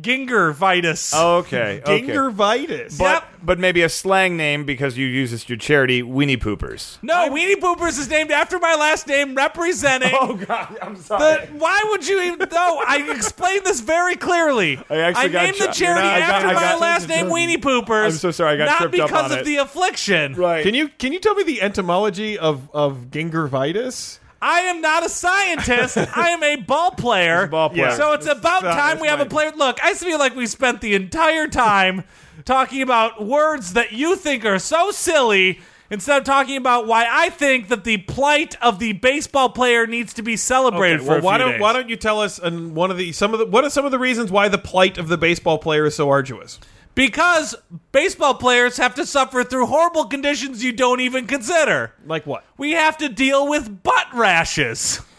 Speaker 4: gingivitis.
Speaker 1: Oh,
Speaker 2: Okay, okay.
Speaker 1: Gingivitis.
Speaker 2: But,
Speaker 4: Yep.
Speaker 2: but maybe a slang name because you use this your charity, Weenie Poopers.
Speaker 4: No, Weenie Poopers is named after my last name,
Speaker 1: *laughs*
Speaker 4: representing.
Speaker 2: Oh God, I'm sorry.
Speaker 4: The, why would you even? No, I explained this very clearly.
Speaker 2: I actually got
Speaker 4: named the
Speaker 2: tri-
Speaker 4: charity
Speaker 2: no, I got-
Speaker 4: after
Speaker 2: I
Speaker 4: my
Speaker 2: got-
Speaker 4: last name, Weenie Poopers.
Speaker 2: I'm so sorry, I got
Speaker 4: not
Speaker 2: tripped up
Speaker 4: because
Speaker 2: on
Speaker 4: of
Speaker 2: it.
Speaker 4: the affliction.
Speaker 2: right.
Speaker 1: Can you can you tell me the etymology of of gingivitis?
Speaker 4: I am not a scientist. I am a ball player.
Speaker 2: ball player.
Speaker 4: So it's about
Speaker 1: uh,
Speaker 4: time
Speaker 1: it's
Speaker 4: we have a
Speaker 1: fine.
Speaker 4: player. Look, I feel like we spent the entire time talking about words that you think are so silly. Instead of talking about why I think that the plight of the baseball player needs to be celebrated for
Speaker 1: well,
Speaker 4: a
Speaker 1: why
Speaker 4: few
Speaker 1: don't
Speaker 4: days.
Speaker 1: why don't you tell us and one of the some of the what are some of the reasons why the plight of the baseball player is so arduous?
Speaker 4: Because baseball players have to suffer through horrible conditions you don't even consider.
Speaker 1: Like what?
Speaker 4: We have to deal with butt rashes. *laughs*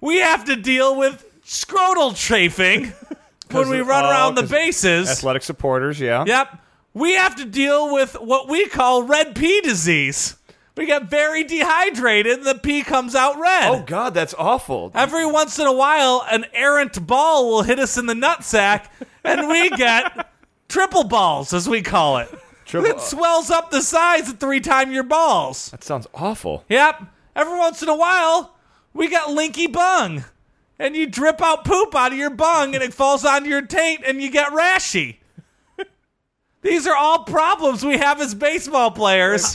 Speaker 4: We have to deal with
Speaker 2: *laughs*
Speaker 4: scrotal chafing when we
Speaker 2: of-
Speaker 4: run
Speaker 2: oh,
Speaker 4: around the
Speaker 2: 'cause
Speaker 4: bases.
Speaker 2: athletic supporters? Yeah.
Speaker 4: Yep. We have to deal with what we call red pea disease. We get very dehydrated and the pea comes out red.
Speaker 2: Oh God, that's awful.
Speaker 4: Every once in a while, an errant ball will hit us in the nutsack, and we get triple balls, as we call it.
Speaker 2: Triple-
Speaker 4: it swells up the size of three time your balls.
Speaker 2: That sounds awful.
Speaker 4: Yep. Every once in a while, we got linky bung, and you drip out poop out of your bung, and it falls onto your taint, and you get rashy. *laughs* These are all problems we have as baseball players.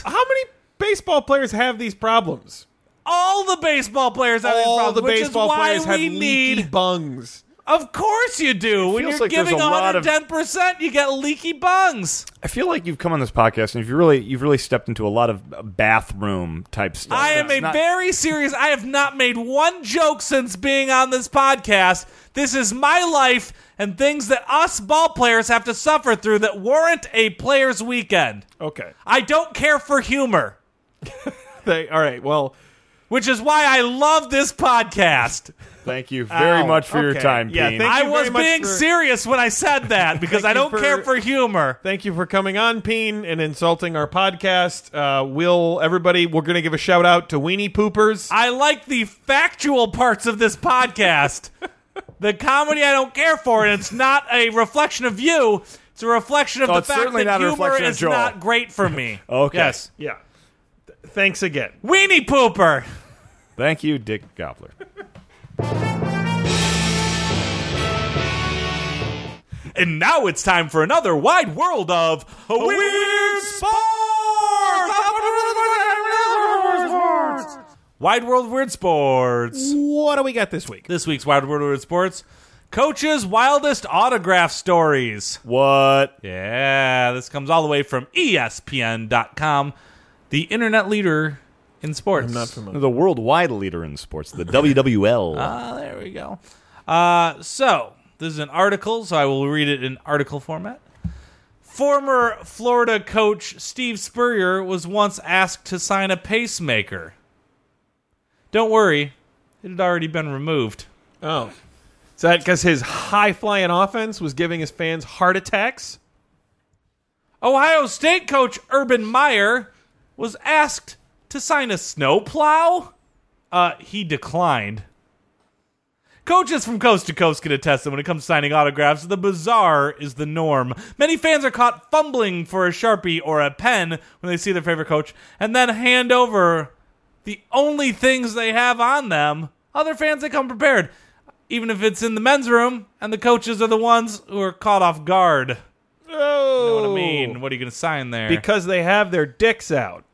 Speaker 1: *laughs* How many baseball players have these problems?
Speaker 4: All the baseball players have these
Speaker 1: All
Speaker 4: problems,
Speaker 1: the
Speaker 4: which is
Speaker 1: baseball
Speaker 4: why
Speaker 1: players
Speaker 4: we
Speaker 1: have
Speaker 4: need
Speaker 1: leaky bungs.
Speaker 4: Of course you do. When
Speaker 2: feels
Speaker 4: you're
Speaker 2: like there's
Speaker 4: giving
Speaker 2: a lot of-
Speaker 4: 110%, you get leaky bungs.
Speaker 2: I feel like you've come on this podcast and you've really you've really stepped into a lot of bathroom type stuff.
Speaker 4: I am
Speaker 2: It's
Speaker 4: a
Speaker 2: not-
Speaker 4: very serious. I have not made one joke since being on this podcast. This is my life and things that us ball players have to suffer through that warrant a player's weekend.
Speaker 1: Okay.
Speaker 4: I don't care for humor,
Speaker 1: They, all right. Well,
Speaker 4: which is why I love this podcast.
Speaker 2: Thank you very
Speaker 1: Ow.
Speaker 2: much for your
Speaker 1: Okay.
Speaker 2: time,
Speaker 1: Yeah,
Speaker 2: Peen.
Speaker 1: thank-
Speaker 4: I
Speaker 1: you
Speaker 4: was
Speaker 1: very much
Speaker 4: being
Speaker 1: for-
Speaker 4: serious when I
Speaker 1: *laughs*
Speaker 4: said that because I
Speaker 1: Thank you
Speaker 4: don't care for
Speaker 1: for-
Speaker 4: humor.
Speaker 1: Thank you for coming on, Peen, and insulting our podcast. Uh, will everybody? We're going to give a shout out to Weenie Poopers.
Speaker 4: I like the factual parts of this podcast. the comedy I don't care for, and it's not a reflection of you. It's a reflection of
Speaker 2: Oh,
Speaker 4: the
Speaker 2: it's
Speaker 4: fact
Speaker 2: certainly not
Speaker 4: that
Speaker 2: a
Speaker 4: humor
Speaker 2: reflection of
Speaker 4: is *laughs*
Speaker 2: Joel.
Speaker 4: not great for me.
Speaker 2: Okay.
Speaker 4: Yes.
Speaker 1: yeah. Thanks again.
Speaker 4: Weenie Pooper.
Speaker 2: Thank you, Dick Gobbler.
Speaker 4: And now it's time for another wide world of weird sports. Wide world of weird sports.
Speaker 1: What do we got this week?
Speaker 4: This week's wide world of weird sports: coaches' wildest autograph stories.
Speaker 2: What?
Speaker 4: Yeah, this comes all the way from E ESPN.com, the internet leader in sports.
Speaker 1: I'm not familiar.
Speaker 2: The worldwide leader in sports, the WWL.
Speaker 4: Ah, there we go. Uh, so this is an article, so I will read it in article format. Former Florida coach Steve Spurrier was once asked to sign a pacemaker. Don't worry, it had already been removed.
Speaker 1: Oh. Is that because his high flying offense was giving his fans heart attacks?
Speaker 4: Ohio State coach Urban Meyer was asked to sign a snowplow. Uh, he declined. Coaches from coast to coast can attest that when it comes to signing autographs, the bizarre is the norm. Many fans are caught fumbling for a sharpie or a pen when they see their favorite coach and then hand over the only things they have on them. Other fans, they come prepared, even if it's in the men's room, and the coaches are the ones who are caught off guard.
Speaker 1: Oh.
Speaker 4: What I mean, what are you going to sign there?
Speaker 1: Because they have their dicks out.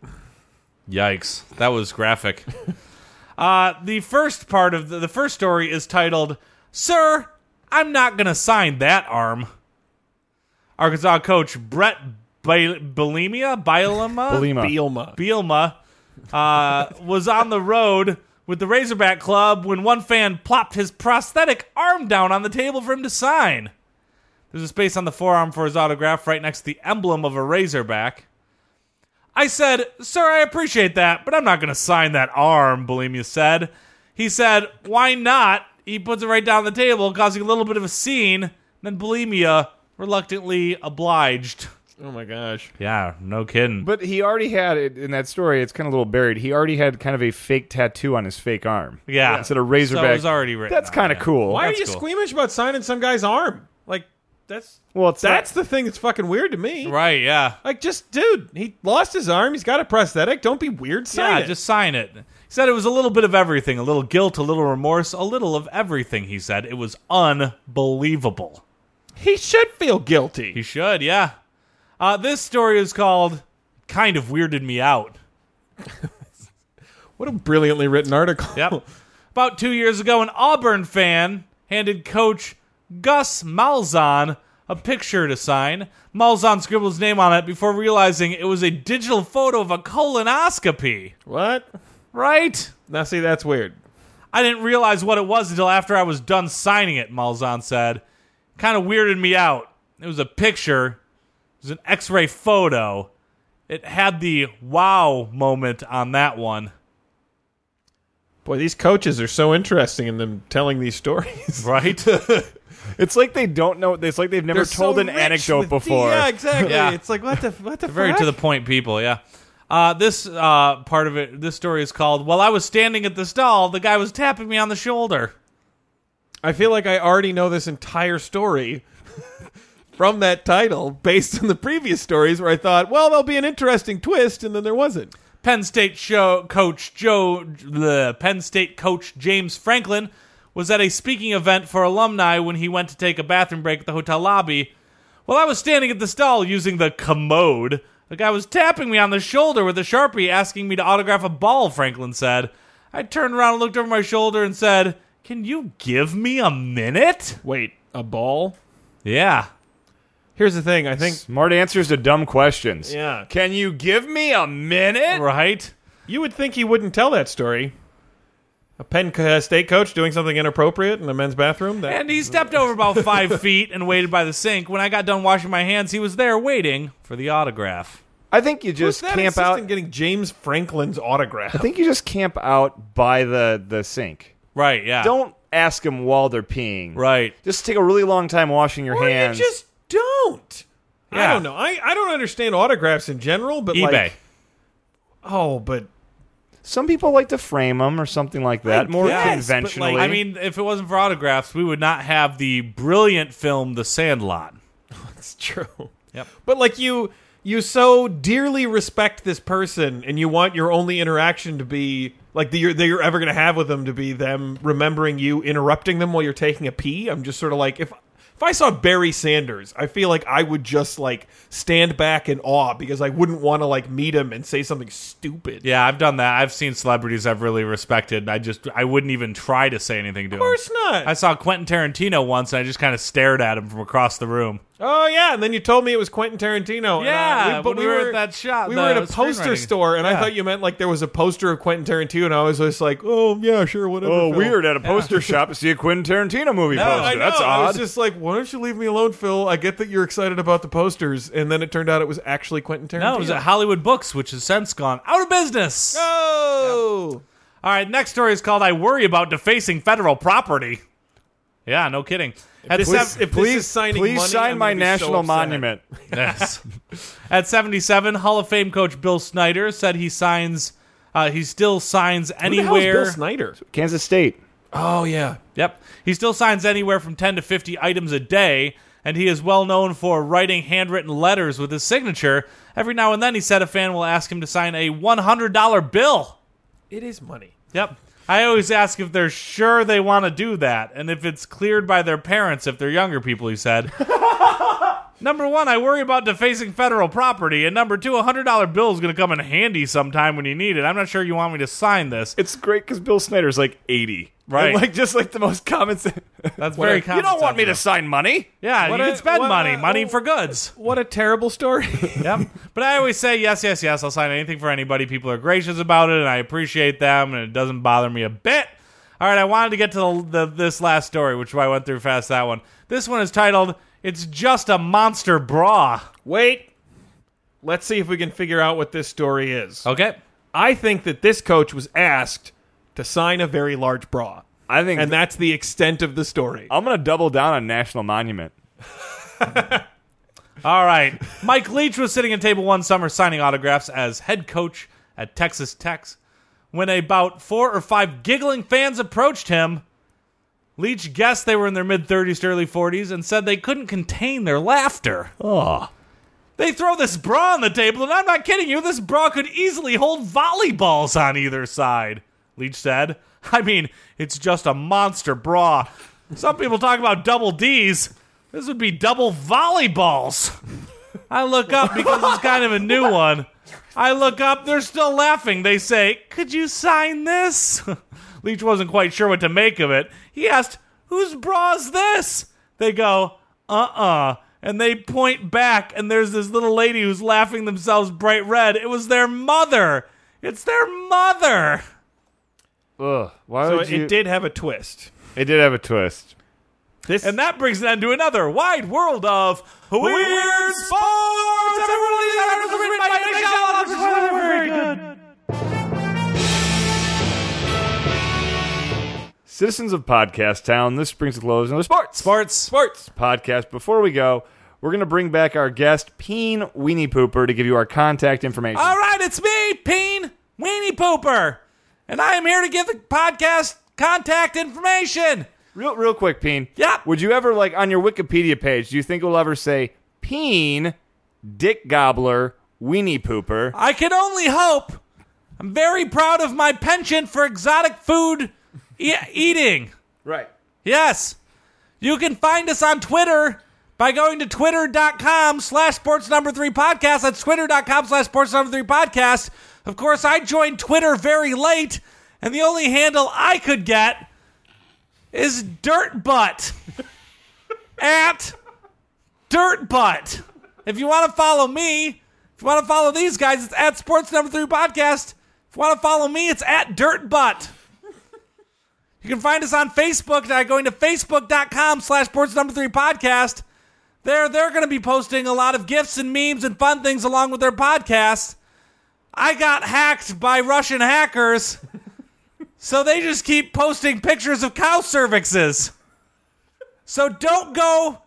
Speaker 4: Yikes, that was graphic. *laughs* uh, the first part of the, the first story is titled, Sir, I'm not going to sign that arm. Arkansas coach Brett Bel- Belima, Bielema?
Speaker 2: Belima.
Speaker 1: Bielma.
Speaker 4: Bielma uh, was on the road with the Razorback Club when one fan plopped his prosthetic arm down on the table for him to sign. There's a space on the forearm for his autograph right next to the emblem of a Razorback. I said, Sir, I appreciate that, but I'm not going to sign that arm, Bulimia said. He said, Why not? He puts it right down on the table, causing a little bit of a scene. Then Bulimia reluctantly obliged.
Speaker 1: Oh my gosh.
Speaker 4: Yeah, no kidding.
Speaker 2: But he already had it in that story. It's kind of a little buried. He already had kind of a fake tattoo on his fake arm.
Speaker 4: Yeah.
Speaker 2: instead of Razorback.
Speaker 4: So it was already written
Speaker 2: That's
Speaker 4: on,
Speaker 2: kind of
Speaker 4: yeah.
Speaker 2: cool.
Speaker 1: Why
Speaker 4: That's
Speaker 1: are you
Speaker 4: cool.
Speaker 1: squeamish about signing some guy's arm? Like, that's
Speaker 2: Well, it's
Speaker 1: that's the thing that's fucking weird to me.
Speaker 4: Right, yeah.
Speaker 1: Like, just dude, he lost his arm. He's got a prosthetic. Don't be weird. Sign
Speaker 4: yeah,
Speaker 1: it.
Speaker 4: just sign it. He said it was a little bit of everything, a little guilt, a little remorse, a little of everything, he said. It was unbelievable.
Speaker 1: he should feel
Speaker 4: He
Speaker 1: guilty.
Speaker 4: should, yeah. Uh, this story is called Kind of Weirded Me Out.
Speaker 1: What a brilliantly written article.
Speaker 4: Yep. About two years ago, an Auburn fan handed coach Gus Malzahn a picture to sign. Malzahn scribbled his name on it before realizing it was a digital photo of a colonoscopy.
Speaker 1: *laughs* What?
Speaker 4: Right?
Speaker 1: Now see, that's weird.
Speaker 4: I didn't realize what it was until after I was done signing it, Malzahn said. Kind of weirded me out. It was a picture, it was an x ray photo. It had the wow moment on that one.
Speaker 1: Boy, these coaches are so interesting in them telling these stories.
Speaker 4: *laughs* Right?
Speaker 2: It's like they don't know. It's like they've never told
Speaker 1: so
Speaker 2: an
Speaker 1: rich
Speaker 2: anecdote
Speaker 1: with the-
Speaker 2: before.
Speaker 1: yeah, exactly.
Speaker 4: Yeah.
Speaker 1: It's like what the what the
Speaker 4: Very
Speaker 1: fuck?
Speaker 4: to the point people, yeah. Uh, this uh, part of it, this story is called While I Was Standing at the Stall, the guy was tapping me on the shoulder.
Speaker 1: I feel like I already know this entire story *laughs* from that title based on the previous stories where I thought, well, there'll be an interesting twist, and then there wasn't.
Speaker 4: Penn State show coach Joe the Penn State coach James Franklin was at a speaking event for alumni when he went to take a bathroom break at the hotel lobby. While I was standing at the stall using the commode, the guy was tapping me on the shoulder with a sharpie asking me to autograph a ball, Franklin said. I turned around and looked over my shoulder and said, "Can you give me a minute?"
Speaker 1: Wait, a ball?
Speaker 4: Yeah.
Speaker 1: Here's the thing. I think
Speaker 2: Smart answers to dumb questions.
Speaker 1: Yeah.
Speaker 2: Can you give me a minute?
Speaker 4: Right?
Speaker 1: you would think he wouldn't tell that story. A Penn uh, State coach doing something inappropriate in the men's bathroom. That,
Speaker 4: And he stepped over about five feet and waited by the sink. When I got done washing my hands, he was there waiting for the autograph.
Speaker 2: I think you
Speaker 1: Who's
Speaker 2: just
Speaker 1: that
Speaker 2: camp
Speaker 1: insistent
Speaker 2: out.
Speaker 1: getting James Franklin's
Speaker 2: I
Speaker 1: autograph.
Speaker 2: think you just camp out by the the sink.
Speaker 4: Right, yeah.
Speaker 2: Don't ask them while they're peeing.
Speaker 4: Right.
Speaker 2: Just take a really long time washing your
Speaker 1: Or you
Speaker 2: hands.
Speaker 1: just don't. I
Speaker 4: Yeah.
Speaker 1: don't know. I, I don't understand autographs in general, but
Speaker 4: eBay.
Speaker 1: like oh, but
Speaker 2: Some people like to frame them or something like that, more
Speaker 1: guess, but, like,
Speaker 2: conventionally.
Speaker 4: I mean, if it wasn't for autographs, we would not have the brilliant film The Sandlot.
Speaker 1: it's true.
Speaker 4: Yep.
Speaker 1: But like you you so dearly respect this person, and you want your only interaction to be like the, that you're ever going to have with them to be them remembering you interrupting them while you're taking a pee. I'm just sort of like if. If I saw Barry Sanders, I feel like I would just like stand back in awe because I wouldn't want to like meet him and say something stupid.
Speaker 4: Yeah, I've done that. I've seen celebrities I've really respected. and I just I wouldn't even try to say anything to
Speaker 1: Of course not.
Speaker 4: I saw Quentin Tarantino once, and I just kind of stared at him from across the room.
Speaker 1: Oh yeah, and then you told me it was Quentin Tarantino. and, uh,
Speaker 4: Yeah, when we were at that shop,
Speaker 1: We
Speaker 4: the
Speaker 1: were at a poster
Speaker 4: screenwriting.
Speaker 1: store, and I
Speaker 4: Yeah.
Speaker 1: thought you meant like there was a poster of Quentin Tarantino. And I was just like, oh yeah, sure, whatever.
Speaker 2: Oh,
Speaker 1: Phil.
Speaker 2: weird! At a
Speaker 1: *laughs*
Speaker 2: poster shop to see a Quentin Tarantino movie
Speaker 1: Oh,
Speaker 2: poster.
Speaker 1: I know.
Speaker 2: That's
Speaker 1: I was
Speaker 2: odd.
Speaker 1: just like, why don't you leave me alone, Phil? I get that you're excited about the posters, and then it turned out it was actually Quentin Tarantino.
Speaker 4: No, it was at Hollywood Books, which has since gone out of business.
Speaker 1: oh,
Speaker 4: All right, next story is called "I Worry About Defacing Federal Property." Yeah, no kidding. At
Speaker 1: this
Speaker 4: sev-
Speaker 1: is- if this
Speaker 2: please,
Speaker 1: is signing
Speaker 2: please
Speaker 1: money,
Speaker 2: sign
Speaker 1: I'm
Speaker 2: my
Speaker 1: gonna be so
Speaker 2: national
Speaker 1: upset.
Speaker 2: monument.
Speaker 4: Yes. At 77, Hall of Fame coach Bill Snyder said he signs, uh, he still signs
Speaker 1: Who the hell is
Speaker 4: anywhere.
Speaker 1: Bill Snyder.
Speaker 2: Kansas State.
Speaker 1: Oh yeah,
Speaker 4: yep. He still signs anywhere from 10 to 50 items a day, and he is well known for writing handwritten letters with his signature. Every now and then, he said a fan will ask him to sign a $100 bill.
Speaker 1: it is money.
Speaker 4: Yep. I always ask if they're sure they want to do that and if it's cleared by their parents if they're younger people, he said. *laughs* number one, I worry about defacing federal property. And number two, a $100 bill is going to come in handy sometime when you need it. I'm not sure you want me to sign this.
Speaker 2: It's great because Bill Snyder's like eighty,
Speaker 4: Right.
Speaker 2: And, like just like the most common. sen-
Speaker 4: That's very common.
Speaker 2: *laughs* you don't want me to
Speaker 4: sense,
Speaker 2: sign money.
Speaker 4: though. Yeah,
Speaker 1: What
Speaker 4: you
Speaker 1: a-
Speaker 4: can spend
Speaker 1: what a-
Speaker 4: money. money
Speaker 1: oh.
Speaker 4: for goods.
Speaker 1: What a terrible story. *laughs*
Speaker 4: Yep. But I always say, yes, yes, yes, I'll sign anything for anybody. People are gracious about it, and I appreciate them, and it doesn't bother me a bit. All right, I wanted to get to the, the, this last story, which is why I went through fast that one. This one is titled, It's Just a Monster Bra.
Speaker 1: Wait. Let's see if we can figure out what this story is.
Speaker 4: Okay.
Speaker 1: I think that this coach was asked to sign a very large bra.
Speaker 2: I think
Speaker 1: And that's the extent of the story.
Speaker 2: I'm gonna double down on national monument.
Speaker 4: All right. Mike Leach was sitting at table one summer signing autographs as head coach at Texas Tech when about four or five giggling fans approached him. Leach guessed they were in their mid 30s to early 40s and said they couldn't contain their laughter.
Speaker 2: Oh,
Speaker 4: They throw this bra on the table, and I'm not kidding you, this bra could easily hold volleyballs on either side, Leach said. I mean, it's just a monster bra. Some people talk about double D's. This would be double volleyballs. I look up because it's kind of a new one. I look up, they're still laughing. They say, Could you sign this? *laughs* Leach wasn't quite sure what to make of it. He asked, Whose bra's this? They go, Uh uh And they point back, and there's this little lady who's laughing themselves bright red. It was their mother. It's their mother.
Speaker 2: Ugh. Why
Speaker 1: so
Speaker 2: would
Speaker 1: it,
Speaker 2: you?
Speaker 1: it did have a twist.
Speaker 2: It did have a twist.
Speaker 1: This
Speaker 4: And that brings an end to another wide world of weird, sports. Everyone, these articles are written by Nick Shalhoub. Very good.
Speaker 2: Citizens of Podcast Town. This brings to close another sports
Speaker 4: Sports.
Speaker 1: sports.
Speaker 2: podcast. Before we go, we're gonna bring back our guest Peen Weenie Pooper to give you our contact information.
Speaker 4: All right, it's me, Peen Weenie Pooper, and I am here to give the podcast contact information.
Speaker 2: Real, real quick, Peen.
Speaker 4: Yeah.
Speaker 2: Would you ever like on your Wikipedia page? Do you think we'll ever say Peen, Dick Gobbler, Weenie Pooper?
Speaker 4: I can only hope. I'm very proud of my penchant for exotic food e- eating.
Speaker 2: Right.
Speaker 4: Yes. You can find us on Twitter by going to twitter.com slash sports number three podcast. That's twitter.com slash sports number three podcast. Of course, I joined Twitter very late, and the only handle I could get is dirt butt at dirt butt. If you want to follow me, if you want to follow these guys, it's at sports number three podcast. If you want to follow me, it's at dirt butt. You can find us on Facebook by going to facebook.com slash sports number three podcast. There, they're going to be posting a lot of gifts and memes and fun things along with their podcast. I got hacked by Russian hackers, so they just keep posting pictures of cow cervixes. So don't go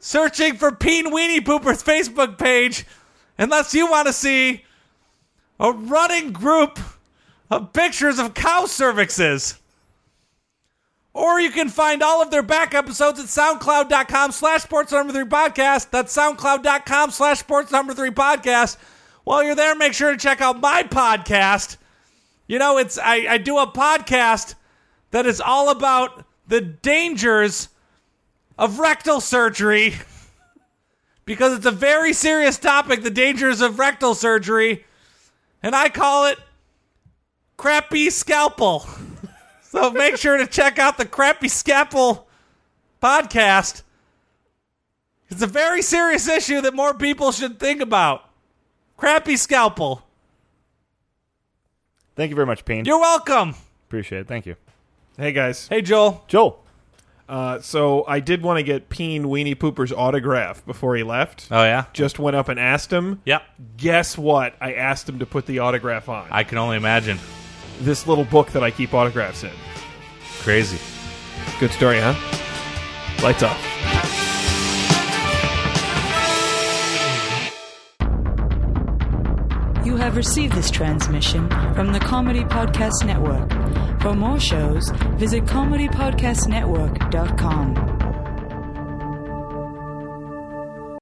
Speaker 4: searching for Peen Weenie Pooper's Facebook page unless you want to see a running group of pictures of cow cervixes Or you can find all of their back episodes at soundcloud.com slash sports number three podcast. That's soundcloud.com slash sports number three podcast. While you're there, make sure to check out my podcast. You know, it's I, I do a podcast that is all about the dangers of rectal surgery *laughs* because it's a very serious topic, the dangers of rectal surgery, and I call it crappy scalpel. *laughs* so make sure to check out the crappy scalpel podcast. It's a very serious issue that more people should think about. Crappy scalpel.
Speaker 2: Thank you very much, Peen.
Speaker 4: You're welcome.
Speaker 2: Appreciate it. Thank you.
Speaker 1: Hey guys.
Speaker 4: Hey Joel.
Speaker 2: Joel.
Speaker 1: Uh, so I did want to get Peen Weenie Pooper's autograph before he left.
Speaker 4: Oh yeah.
Speaker 1: Just went up and asked him.
Speaker 4: Yep.
Speaker 1: Guess what? I asked him to put the autograph on
Speaker 4: I can only imagine.
Speaker 1: this little book that I keep autographs in.
Speaker 4: Crazy.
Speaker 1: Good story, huh? Lights off.
Speaker 5: You have received this transmission from the Comedy Podcast Network. For more shows, visit comedypodcastnetwork.com.